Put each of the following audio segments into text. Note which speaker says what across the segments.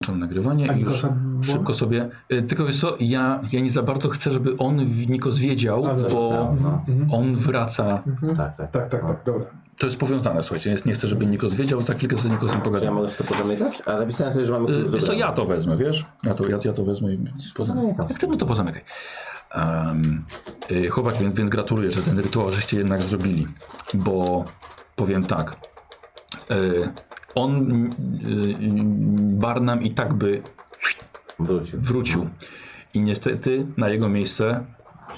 Speaker 1: wyłączam nagrywanie
Speaker 2: A
Speaker 1: i już
Speaker 2: Nikosa było?
Speaker 1: Mhm. szybko sobie. y, Tylko wiesz co, ja, ja nie za bardzo chcę, żeby on w- Nikos wiedział,
Speaker 2: Ale-
Speaker 1: bo
Speaker 2: Mhm,
Speaker 3: No.
Speaker 2: mhm.
Speaker 1: on wraca.
Speaker 2: Mhm.
Speaker 3: Tak, tak.
Speaker 2: Tak, tak, tak, dobra.
Speaker 1: To jest powiązane, słuchajcie. jest- Nie chcę, żeby Nikos wiedział, za chwilkę z Nikosem
Speaker 3: Czy ja
Speaker 1: pogadamy.
Speaker 3: mogę sobie to pozamykać? Ale napisałem sobie, że mamy klucz
Speaker 1: Y,
Speaker 3: do
Speaker 1: Wiesz co,
Speaker 3: bramy.
Speaker 1: ja to wezmę, wiesz? Ja to, ja, ja to wezmę i pozamykam.
Speaker 3: pozamykam.
Speaker 1: Jak ty, no to pozamykaj. Um, chłopak, więc, więc gratuluję, że ten rytuał żeście jednak zrobili, bo powiem tak. y, on, y, y, Barnum i tak by
Speaker 3: Wrócił.
Speaker 1: wrócił. I niestety na jego miejsce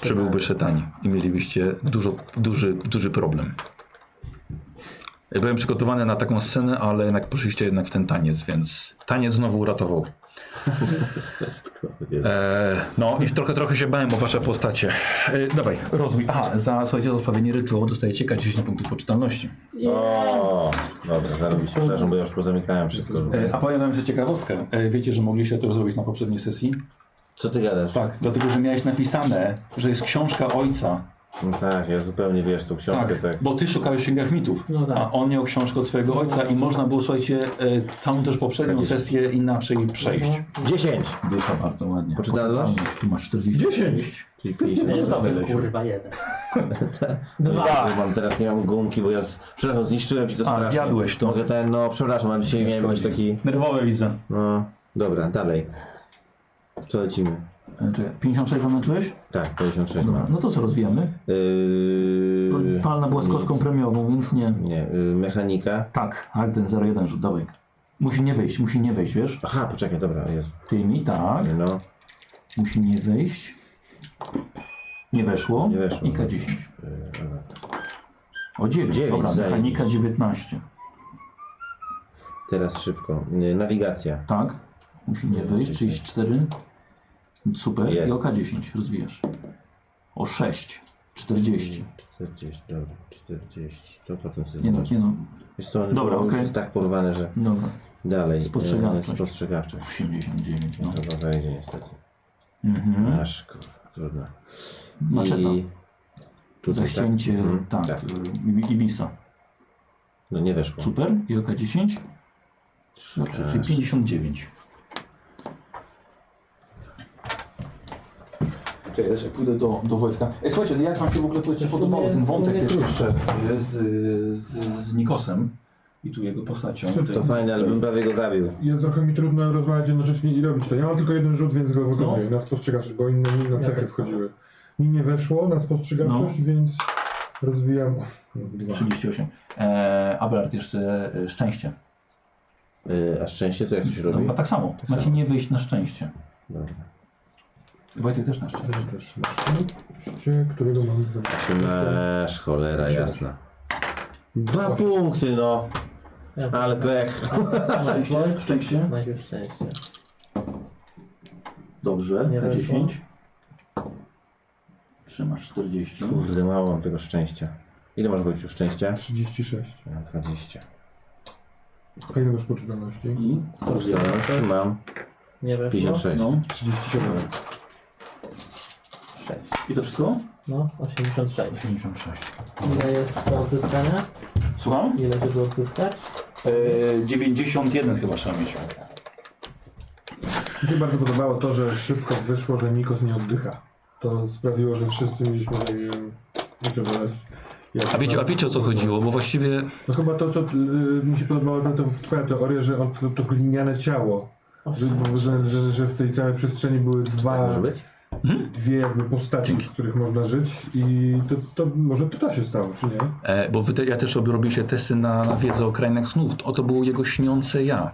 Speaker 1: przybyłby szetan i mielibyście dużo, duży, duży problem. Byłem przygotowany na taką scenę, ale jednak poszliście jednak w ten taniec, więc taniec znowu uratował. Eee, no i trochę, trochę się bałem o wasze postacie. Eee, dawaj, rozwój. Aha, za, słuchajcie, za sprawienie rytuału dostajecie K10 punktów poczytalności.
Speaker 3: O, dobra, zarobić. Przepraszam, bo ja już pozamykałem wszystko.
Speaker 1: Eee, a powiem wam, że ciekawostka. Eee, wiecie, że mogliście to zrobić na poprzedniej sesji?
Speaker 3: Co ty gadasz?
Speaker 1: Tak, dlatego, że miałeś napisane, że jest książka ojca
Speaker 3: No tak, ja zupełnie wiesz tą książkę,
Speaker 1: Tak,
Speaker 3: tak.
Speaker 1: bo ty szukałeś księgach mitów,
Speaker 2: No tak.
Speaker 1: a on miał książkę od swojego ojca i można było, słuchajcie, e, tam też poprzednią
Speaker 3: Tak jest.
Speaker 1: sesję inaczej przejść.
Speaker 2: Mhm.
Speaker 3: 10!
Speaker 1: Dycha bardzo ładnie.
Speaker 3: Poczytalność?
Speaker 1: Poczytalność, Tu masz 40.
Speaker 3: Czyli 50.
Speaker 1: Nie, dawaj, Lesiu.
Speaker 4: Kurwa jeden.
Speaker 3: Dwa. Ja tak, mam, teraz nie mam gumki, bo ja. Z... Przepraszam, zniszczyłem ci to
Speaker 1: A,
Speaker 3: strasznie.
Speaker 1: zjadłeś to.
Speaker 3: Mogę ten, no przepraszam, ale dzisiaj miałem być taki.
Speaker 1: Nerwowe widzę.
Speaker 3: No, dobra, dalej. Co lecimy?
Speaker 1: E, Czekaj, 56 zaznaczyłeś?
Speaker 3: Tak, 56
Speaker 1: Dobra,
Speaker 3: mam.
Speaker 1: no to co rozwijamy?
Speaker 3: Yy...
Speaker 1: Palna była z kostką premiową, więc nie.
Speaker 3: Nie, yy, mechanika.
Speaker 1: Tak, tak, ten 01 rzut, dawaj. Musi nie wejść, musi nie wejść, wiesz?
Speaker 3: Aha, poczekaj, dobra, jest.
Speaker 1: Tymi, tak.
Speaker 3: No,
Speaker 1: Musi nie wejść. Nie weszło.
Speaker 3: Nie weszło. no. E,
Speaker 1: I K10. O 9,
Speaker 3: Dziewięć,
Speaker 1: dobra,
Speaker 3: zajebiście.
Speaker 1: mechanika 19.
Speaker 3: teraz szybko. Yy, nawigacja.
Speaker 1: Tak, musi nie wyjść, 34. Super, i
Speaker 3: Jest.
Speaker 1: oka 10, rozwijasz. O 6,
Speaker 3: Mm.
Speaker 1: 40.
Speaker 3: 40, dobra, 40. To potem sobie
Speaker 1: Nie no,
Speaker 3: zobaczę.
Speaker 1: nie no,
Speaker 3: Wiesz co,
Speaker 1: Dobra,
Speaker 3: dobra, już
Speaker 1: okej.
Speaker 3: jest tak porwane, że
Speaker 1: dobra,
Speaker 3: dalej. yy,
Speaker 1: Spostrzegawczość.
Speaker 3: Spostrzegawczość.
Speaker 1: 89, no.
Speaker 3: Chyba wejdzie niestety.
Speaker 1: Mhm.
Speaker 3: Aż kurwa, trudno.
Speaker 1: Maczeta,
Speaker 3: I tutaj
Speaker 1: zaścięcie,
Speaker 3: Mhm,
Speaker 1: tak,
Speaker 3: tak.
Speaker 1: y, Ibisa.
Speaker 3: No nie weszło.
Speaker 1: Super, i oka 10. Dobrze, czyli
Speaker 3: Aż.
Speaker 1: 59. Czekaj, też jak pójdę do, do Wojtka. Ej, słuchajcie, no jak wam się w ogóle to podobało ten wątek też jeszcze e, z, z, z Nikosem i tu jego postacią?
Speaker 3: To fajne, ale bym prawie go zabił.
Speaker 2: Ja trochę mi trudno rozmawiać jednocześnie i robić to. Ja mam tylko jeden rzut, więc go
Speaker 3: No.
Speaker 2: wykonuję. Na spostrzegawczość, bo inne mi na cechy
Speaker 4: tak samo.
Speaker 2: wchodziły. Mi nie weszło na spostrzegawczość,
Speaker 3: No.
Speaker 2: więc rozwijam. Dwa.
Speaker 1: 38. E, Abelard jeszcze e, szczęście.
Speaker 3: Yy, a szczęście to jak coś robi?
Speaker 1: No, a tak samo.
Speaker 3: Tak
Speaker 1: Macie
Speaker 3: samo.
Speaker 1: nie wyjść na szczęście.
Speaker 3: Dobra.
Speaker 1: Wojtek też na szczęście.
Speaker 2: Też, też. Szczęście, którego mam dwa.
Speaker 3: Aż cholera jasna. Dwa punkty no,
Speaker 4: Ja
Speaker 3: ale pech.
Speaker 1: No.
Speaker 3: tak.
Speaker 1: Szczęście, szczęście.
Speaker 4: Najpierw szczęście.
Speaker 1: Dobrze,
Speaker 4: Nie weszło.
Speaker 1: K10. Trzymasz 40.
Speaker 3: Kurde, mało mam tego szczęścia. Ile masz Wojciu szczęścia?
Speaker 2: 36.
Speaker 3: Ja mam 20.
Speaker 2: A ile masz poczytalności?
Speaker 1: I
Speaker 3: Już mam
Speaker 4: Nie weszło?
Speaker 3: 56.
Speaker 1: No.
Speaker 2: 37.
Speaker 4: Sześć.
Speaker 1: I to wszystko?
Speaker 4: No, 86.
Speaker 1: 86.
Speaker 4: Ile jest do odzyskania?
Speaker 1: Słucham?
Speaker 4: Ile żeby odzyskać?
Speaker 1: E, 91 chyba trzeba mieć.
Speaker 2: Mi się bardzo podobało to, że szybko wyszło, że Nikos nie oddycha. To sprawiło, że wszyscy mieliśmy takie... Wiecie, teraz...
Speaker 1: A wiecie, a wiecie o co chodziło? Bo właściwie
Speaker 2: No chyba to, co y, mi się podobało, to, to twoja teoria, że on, to, to gliniane ciało. Że, że, że, że w tej całej przestrzeni były
Speaker 3: Tak
Speaker 2: dwa,
Speaker 3: może być?
Speaker 2: dwie jakby postaci, z których można żyć i to, to może to też się stało, czy nie?
Speaker 1: E, bo wy te, ja też robię, się testy na, na wiedzę o krainach snów. Oto było jego śniące ja.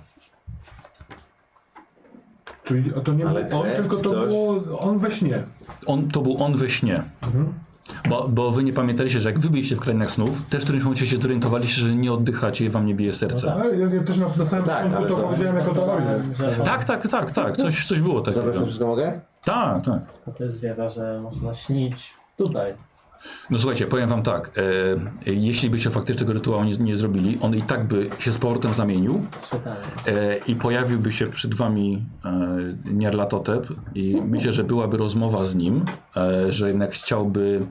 Speaker 2: Czyli a to nie
Speaker 3: Ale
Speaker 2: był on,
Speaker 3: krew,
Speaker 2: tylko to
Speaker 3: coś?
Speaker 2: było on we śnie.
Speaker 1: On, to był on we śnie.
Speaker 2: Mhm.
Speaker 1: Bo, bo wy nie pamiętaliście, że jak wy byliście w krainach snów, też w którymś momencie się zorientowaliście, że nie oddychacie i wam nie bije serce.
Speaker 2: A ja, ja też na, na samym
Speaker 3: Tak,
Speaker 2: początku
Speaker 3: ale
Speaker 2: to
Speaker 3: to-
Speaker 2: powiedziałem jako teorię.
Speaker 4: Że-
Speaker 1: Tak, tak, tak, tak. Coś, coś było takiego.
Speaker 3: Zabrać to wszystko mogę?
Speaker 1: Tak, tak.
Speaker 4: A to jest wiedza, że można śnić tutaj.
Speaker 1: No słuchajcie, powiem wam tak. E, e, jeśli byście faktycznie tego rytuału nie, nie zrobili, on i tak by się z powrotem zamienił
Speaker 4: Strzelanie.
Speaker 1: e, i pojawiłby się przed wami e, Nierlatotep i myślę, że byłaby rozmowa z nim, e, że jednak chciałby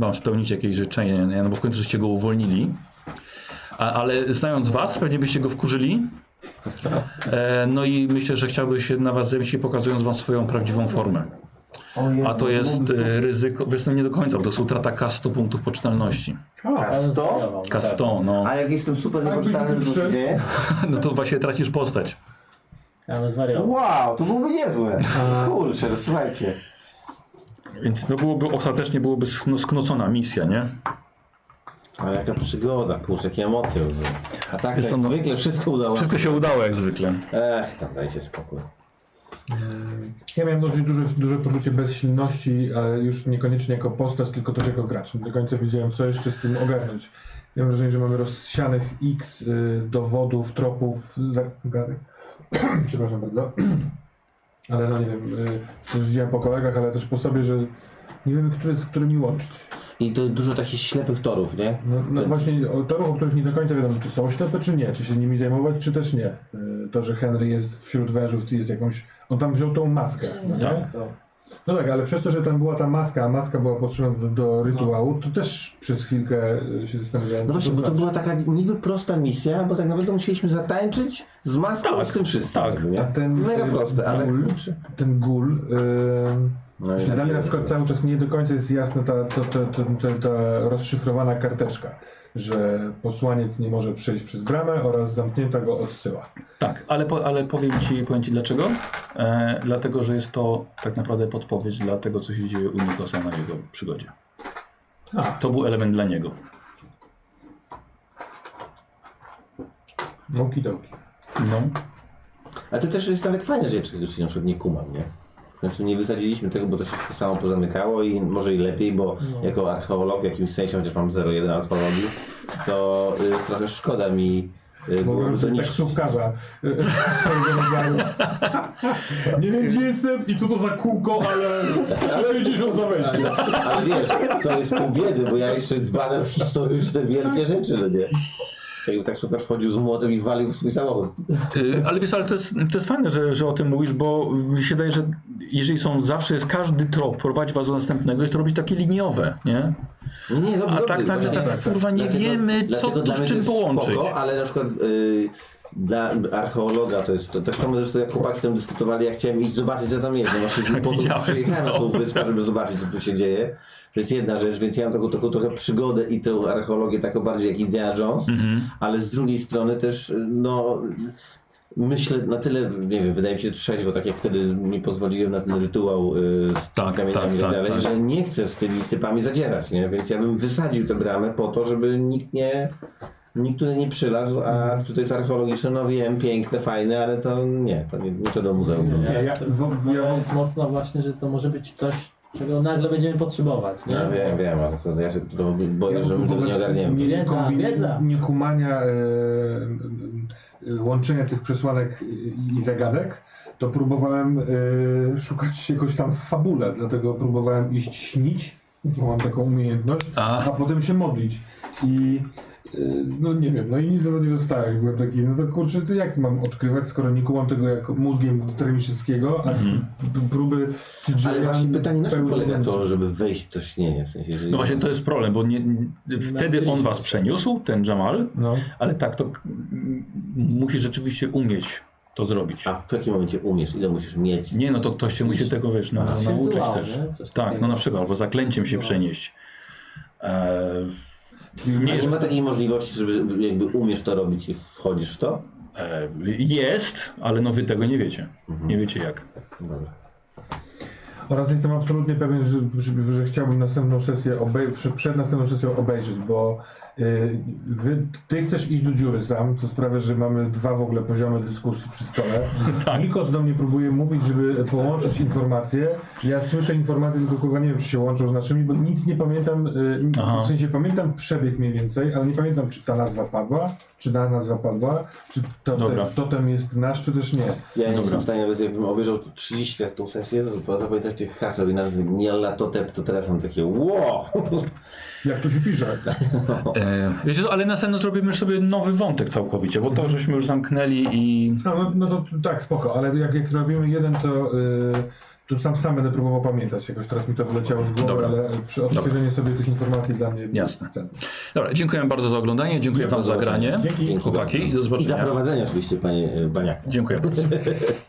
Speaker 1: wam spełnić jakieś życzenie, nie? no bo w końcu żeście go uwolnili. A, ale znając was, pewnie byście go wkurzyli E, no i myślę, że chciałby się na was zemścić, pokazując wam swoją prawdziwą formę.
Speaker 3: O Jezu, no
Speaker 1: A to jest
Speaker 3: mógłby-
Speaker 1: e, ryzyko, zresztą nie do końca, bo to jest utrata K100 punktów poczytalności.
Speaker 3: Kasto?
Speaker 1: K100, no.
Speaker 3: Tak, A jak jestem super
Speaker 2: Jakbyś
Speaker 3: niepoczytalny,
Speaker 2: był
Speaker 3: to się
Speaker 2: trzy.
Speaker 3: dzieje?
Speaker 1: No to właśnie tracisz postać.
Speaker 4: Ja bym zwariował.
Speaker 3: Wow, to byłoby niezłe. Kurczę, no słuchajcie.
Speaker 1: Więc no byłoby, ostatecznie byłoby schno- sknocona misja, nie?
Speaker 3: Ale jaka przygoda, kurczę, jakie emocje w ogóle. A tak
Speaker 1: Jest
Speaker 3: jak
Speaker 1: ono-
Speaker 3: zwykle wszystko udało.
Speaker 1: Wszystko się udało jak zwykle.
Speaker 3: Ech, tam dajcie spokój.
Speaker 2: Ja miałem dosyć duże, duże poczucie bezsilności, ale już niekoniecznie jako postać, tylko też jako gracz. Nie do końca wiedziałem, co jeszcze z tym ogarnąć. Miałem wrażenie, że mamy rozsianych x y, dowodów, tropów, zagadek. Przepraszam bardzo. ale no nie wiem, y, też widziałem po kolegach, ale też po sobie, że nie wiemy, który z którymi łączyć.
Speaker 3: I to dużo takich ślepych torów, nie?
Speaker 2: No, no
Speaker 3: Tak.
Speaker 2: właśnie o torów, o których nie do końca wiadomo, czy są ślepe, czy nie, czy się nimi zajmować, czy też nie. Y, To, że Henry jest wśród wężów, jest jakąś... On tam wziął tą maskę, no nie?
Speaker 1: Tak.
Speaker 4: To
Speaker 2: No tak, ale przez to, że tam była ta maska, a maska była potrzebna do, do rytuału, to też przez chwilkę y, się zastanawiałem. czy
Speaker 3: No właśnie, bo to
Speaker 2: znaczy.
Speaker 3: była taka niby prosta misja, bo tak naprawdę musieliśmy zatańczyć z maską
Speaker 1: Tak,
Speaker 3: i z tym wszystkim.
Speaker 1: tak.
Speaker 3: jakby, nie?
Speaker 2: A ten,
Speaker 3: Mega
Speaker 2: y,
Speaker 3: proste, ale
Speaker 2: gul?
Speaker 3: kurczę.
Speaker 2: Ten gul, y,
Speaker 3: No
Speaker 2: właśnie
Speaker 3: i-
Speaker 2: dla mnie na przykład cały czas nie do końca jest jasna ta, ta, ta, ta, ta, ta rozszyfrowana karteczka, że posłaniec nie może przejść przez bramę oraz zamknięta go odsyła.
Speaker 1: Tak, ale, po, ale powiem, ci, powiem ci dlaczego. E, dlatego, że jest to tak naprawdę podpowiedź dla tego, co się dzieje u Nikosa na jego przygodzie.
Speaker 2: A,
Speaker 1: To był element dla niego.
Speaker 2: okidoki.
Speaker 1: No.
Speaker 3: A to też jest nawet fajne, że ja czegoś na przykład nie kumam, nie? Znaczy nie wysadziliśmy tego, bo to się wszystko samo pozamykało i może i lepiej, bo
Speaker 4: No.
Speaker 3: jako archeolog w jakimś sensie, chociaż mam 0,1 archeologii, to y, trochę szkoda mi y,
Speaker 2: Mogę
Speaker 3: byłoby to
Speaker 2: być
Speaker 3: niszczyć.
Speaker 2: taksówkarza. y, y, tego rodzaju. Nie wiem gdzie jestem i co to za kółko, ale 60 za wejście.
Speaker 3: Ale wiesz, to jest pół biedy, bo ja jeszcze badam historyczne wielkie rzeczy, no nie? Jakby tak szukacz wchodził z młotem i walił w swój samochód.
Speaker 1: Y, Ale wiesz, ale to jest, to jest fajne, że, że o tym mówisz, bo mi się wydaje, że jeżeli są zawsze jest każdy trop prowadzi was do następnego, jest to robić takie liniowe, nie?
Speaker 3: No nie, dobrze,
Speaker 1: A
Speaker 3: dobrze,
Speaker 1: tak, tak, że
Speaker 3: właśnie.
Speaker 1: tak, kurwa, nie
Speaker 3: Dlatego-
Speaker 1: wiemy, co
Speaker 3: dlatego dla
Speaker 1: tu z
Speaker 3: mnie to
Speaker 1: czym
Speaker 3: jest
Speaker 1: połączyć.
Speaker 3: Spoko, ale na przykład y, dla archeologa to jest to, tak samo zresztą jak chłopaki tam dyskutowali, ja chciałem iść zobaczyć co tam jest. No właśnie
Speaker 1: Tak,
Speaker 3: po to
Speaker 1: widziałem,
Speaker 3: przyjechałem na tą
Speaker 1: no.
Speaker 3: wyspę, żeby zobaczyć co tu się dzieje. To jest jedna rzecz, więc ja mam taką, taką trochę przygodę i tę archeologię taką bardziej jak Indiana Jones,
Speaker 1: Mhm.
Speaker 3: ale z drugiej strony też y, no myślę na tyle, nie wiem, wydaje mi się trzeźwo, tak jak wtedy mi pozwoliłem na ten rytuał y, z
Speaker 1: Tak,
Speaker 3: kamieniami
Speaker 1: tak,
Speaker 3: i
Speaker 1: tak,
Speaker 3: tak dalej,
Speaker 1: tak.
Speaker 3: że nie chcę z tymi typami zadzierać, nie? Więc ja bym wysadził tę bramę po to, żeby nikt nie, nikt tutaj nie przylazł, a czy to jest archeologiczne, no wiem, piękne, fajne, ale to nie, to nie, nie to do muzeum.
Speaker 4: nie,
Speaker 2: ja-
Speaker 4: ja,
Speaker 2: ja- w- ja-
Speaker 4: jest mocno właśnie, że to może być coś, czego nagle będziemy potrzebować. Nie?
Speaker 3: No wiem, wiem, ale to ja się to boję, że my tego nie
Speaker 2: Wobec
Speaker 3: ogarniemy.
Speaker 2: nie-
Speaker 4: Wiedza,
Speaker 2: kombi-
Speaker 4: wiedza.
Speaker 2: Niekumania e, e, łączenia tych przesłanek e, i zagadek, to próbowałem e, szukać jakoś tam w fabule, dlatego próbowałem iść śnić, bo mam taką umiejętność,
Speaker 1: A.
Speaker 2: a potem się modlić. I e, no nie wiem, no i nic za to nie dostałem. Byłem taki, no to kurczę, to jak mam odkrywać, skoro nie kumam tego jak mózgiem termicznego, a próby...
Speaker 3: Mhm. Ale właśnie pytanie, na czym
Speaker 2: pełne
Speaker 3: polega to,
Speaker 2: męczy.
Speaker 3: żeby wejść w to śnienie, w sensie, że...
Speaker 1: No właśnie to jest problem, bo nie, wtedy on was przeniósł, ten Jamal,
Speaker 2: No.
Speaker 1: ale tak, to mm, musi rzeczywiście umieć to zrobić.
Speaker 3: A w jakim momencie umiesz, ile musisz mieć?
Speaker 1: Nie, no to ktoś się musi tego, wiesz, na,
Speaker 4: Jakiś
Speaker 1: nauczyć
Speaker 4: rytuał,
Speaker 1: też.
Speaker 4: nie? Coś
Speaker 1: Tak,
Speaker 4: takiego.
Speaker 1: no na przykład, albo zaklęciem się
Speaker 4: No.
Speaker 1: przenieść. E,
Speaker 3: A
Speaker 1: nie
Speaker 3: nie
Speaker 1: jest,
Speaker 3: ma takiej możliwości, żeby jakby umiesz to robić i wchodzisz w to?
Speaker 1: e, jest, ale no wy tego nie wiecie. Nie wiecie jak.
Speaker 3: Dobra.
Speaker 2: Oraz jestem absolutnie pewien, że, że, że chciałbym następną sesję obejrzeć, przed następną sesją obejrzeć, bo y, wy, ty chcesz iść do dziury sam, co sprawia, że mamy dwa w ogóle poziomy dyskusji przy stole.
Speaker 1: Tak.
Speaker 2: Nikos do mnie próbuje mówić, żeby połączyć informacje. Ja słyszę informacje, tylko kurwa nie wiem, czy się łączą z naszymi, bo nic nie pamiętam, y,
Speaker 1: Aha.
Speaker 2: w sensie pamiętam przebieg mniej więcej, ale nie pamiętam, czy ta nazwa padła, czy ta nazwa padła, czy totem,
Speaker 1: Dobra.
Speaker 2: totem jest nasz, czy też nie.
Speaker 3: Ja nie
Speaker 1: Dobra.
Speaker 3: jestem w stanie, nawet jakbym obejrzał 30 razy tą sesję, to zapamiętać tych haseł i nazw Niella Totep, to teraz mam takie wow!
Speaker 2: Jak to się pisze?
Speaker 1: E, wiecie co, ale następno zrobimy sobie nowy wątek całkowicie, bo to żeśmy już zamknęli i
Speaker 2: No, no, no to tak, spoko, ale jak, jak robimy jeden, to, y, Tu sam, sam będę próbował pamiętać jakoś, teraz mi to wyleciało z głowy,
Speaker 1: Dobra.
Speaker 2: ale przy odświeżenie sobie tych informacji dla mnie
Speaker 1: Jasne.
Speaker 2: cenne.
Speaker 1: Dobra, dziękuję bardzo za oglądanie, dziękuję Wam za granie.
Speaker 2: Dzięki.
Speaker 1: Chłopaki, do
Speaker 3: I za
Speaker 1: zobaczenia.
Speaker 3: prowadzenie oczywiście, panie e, Baniak.
Speaker 1: Dziękuję bardzo.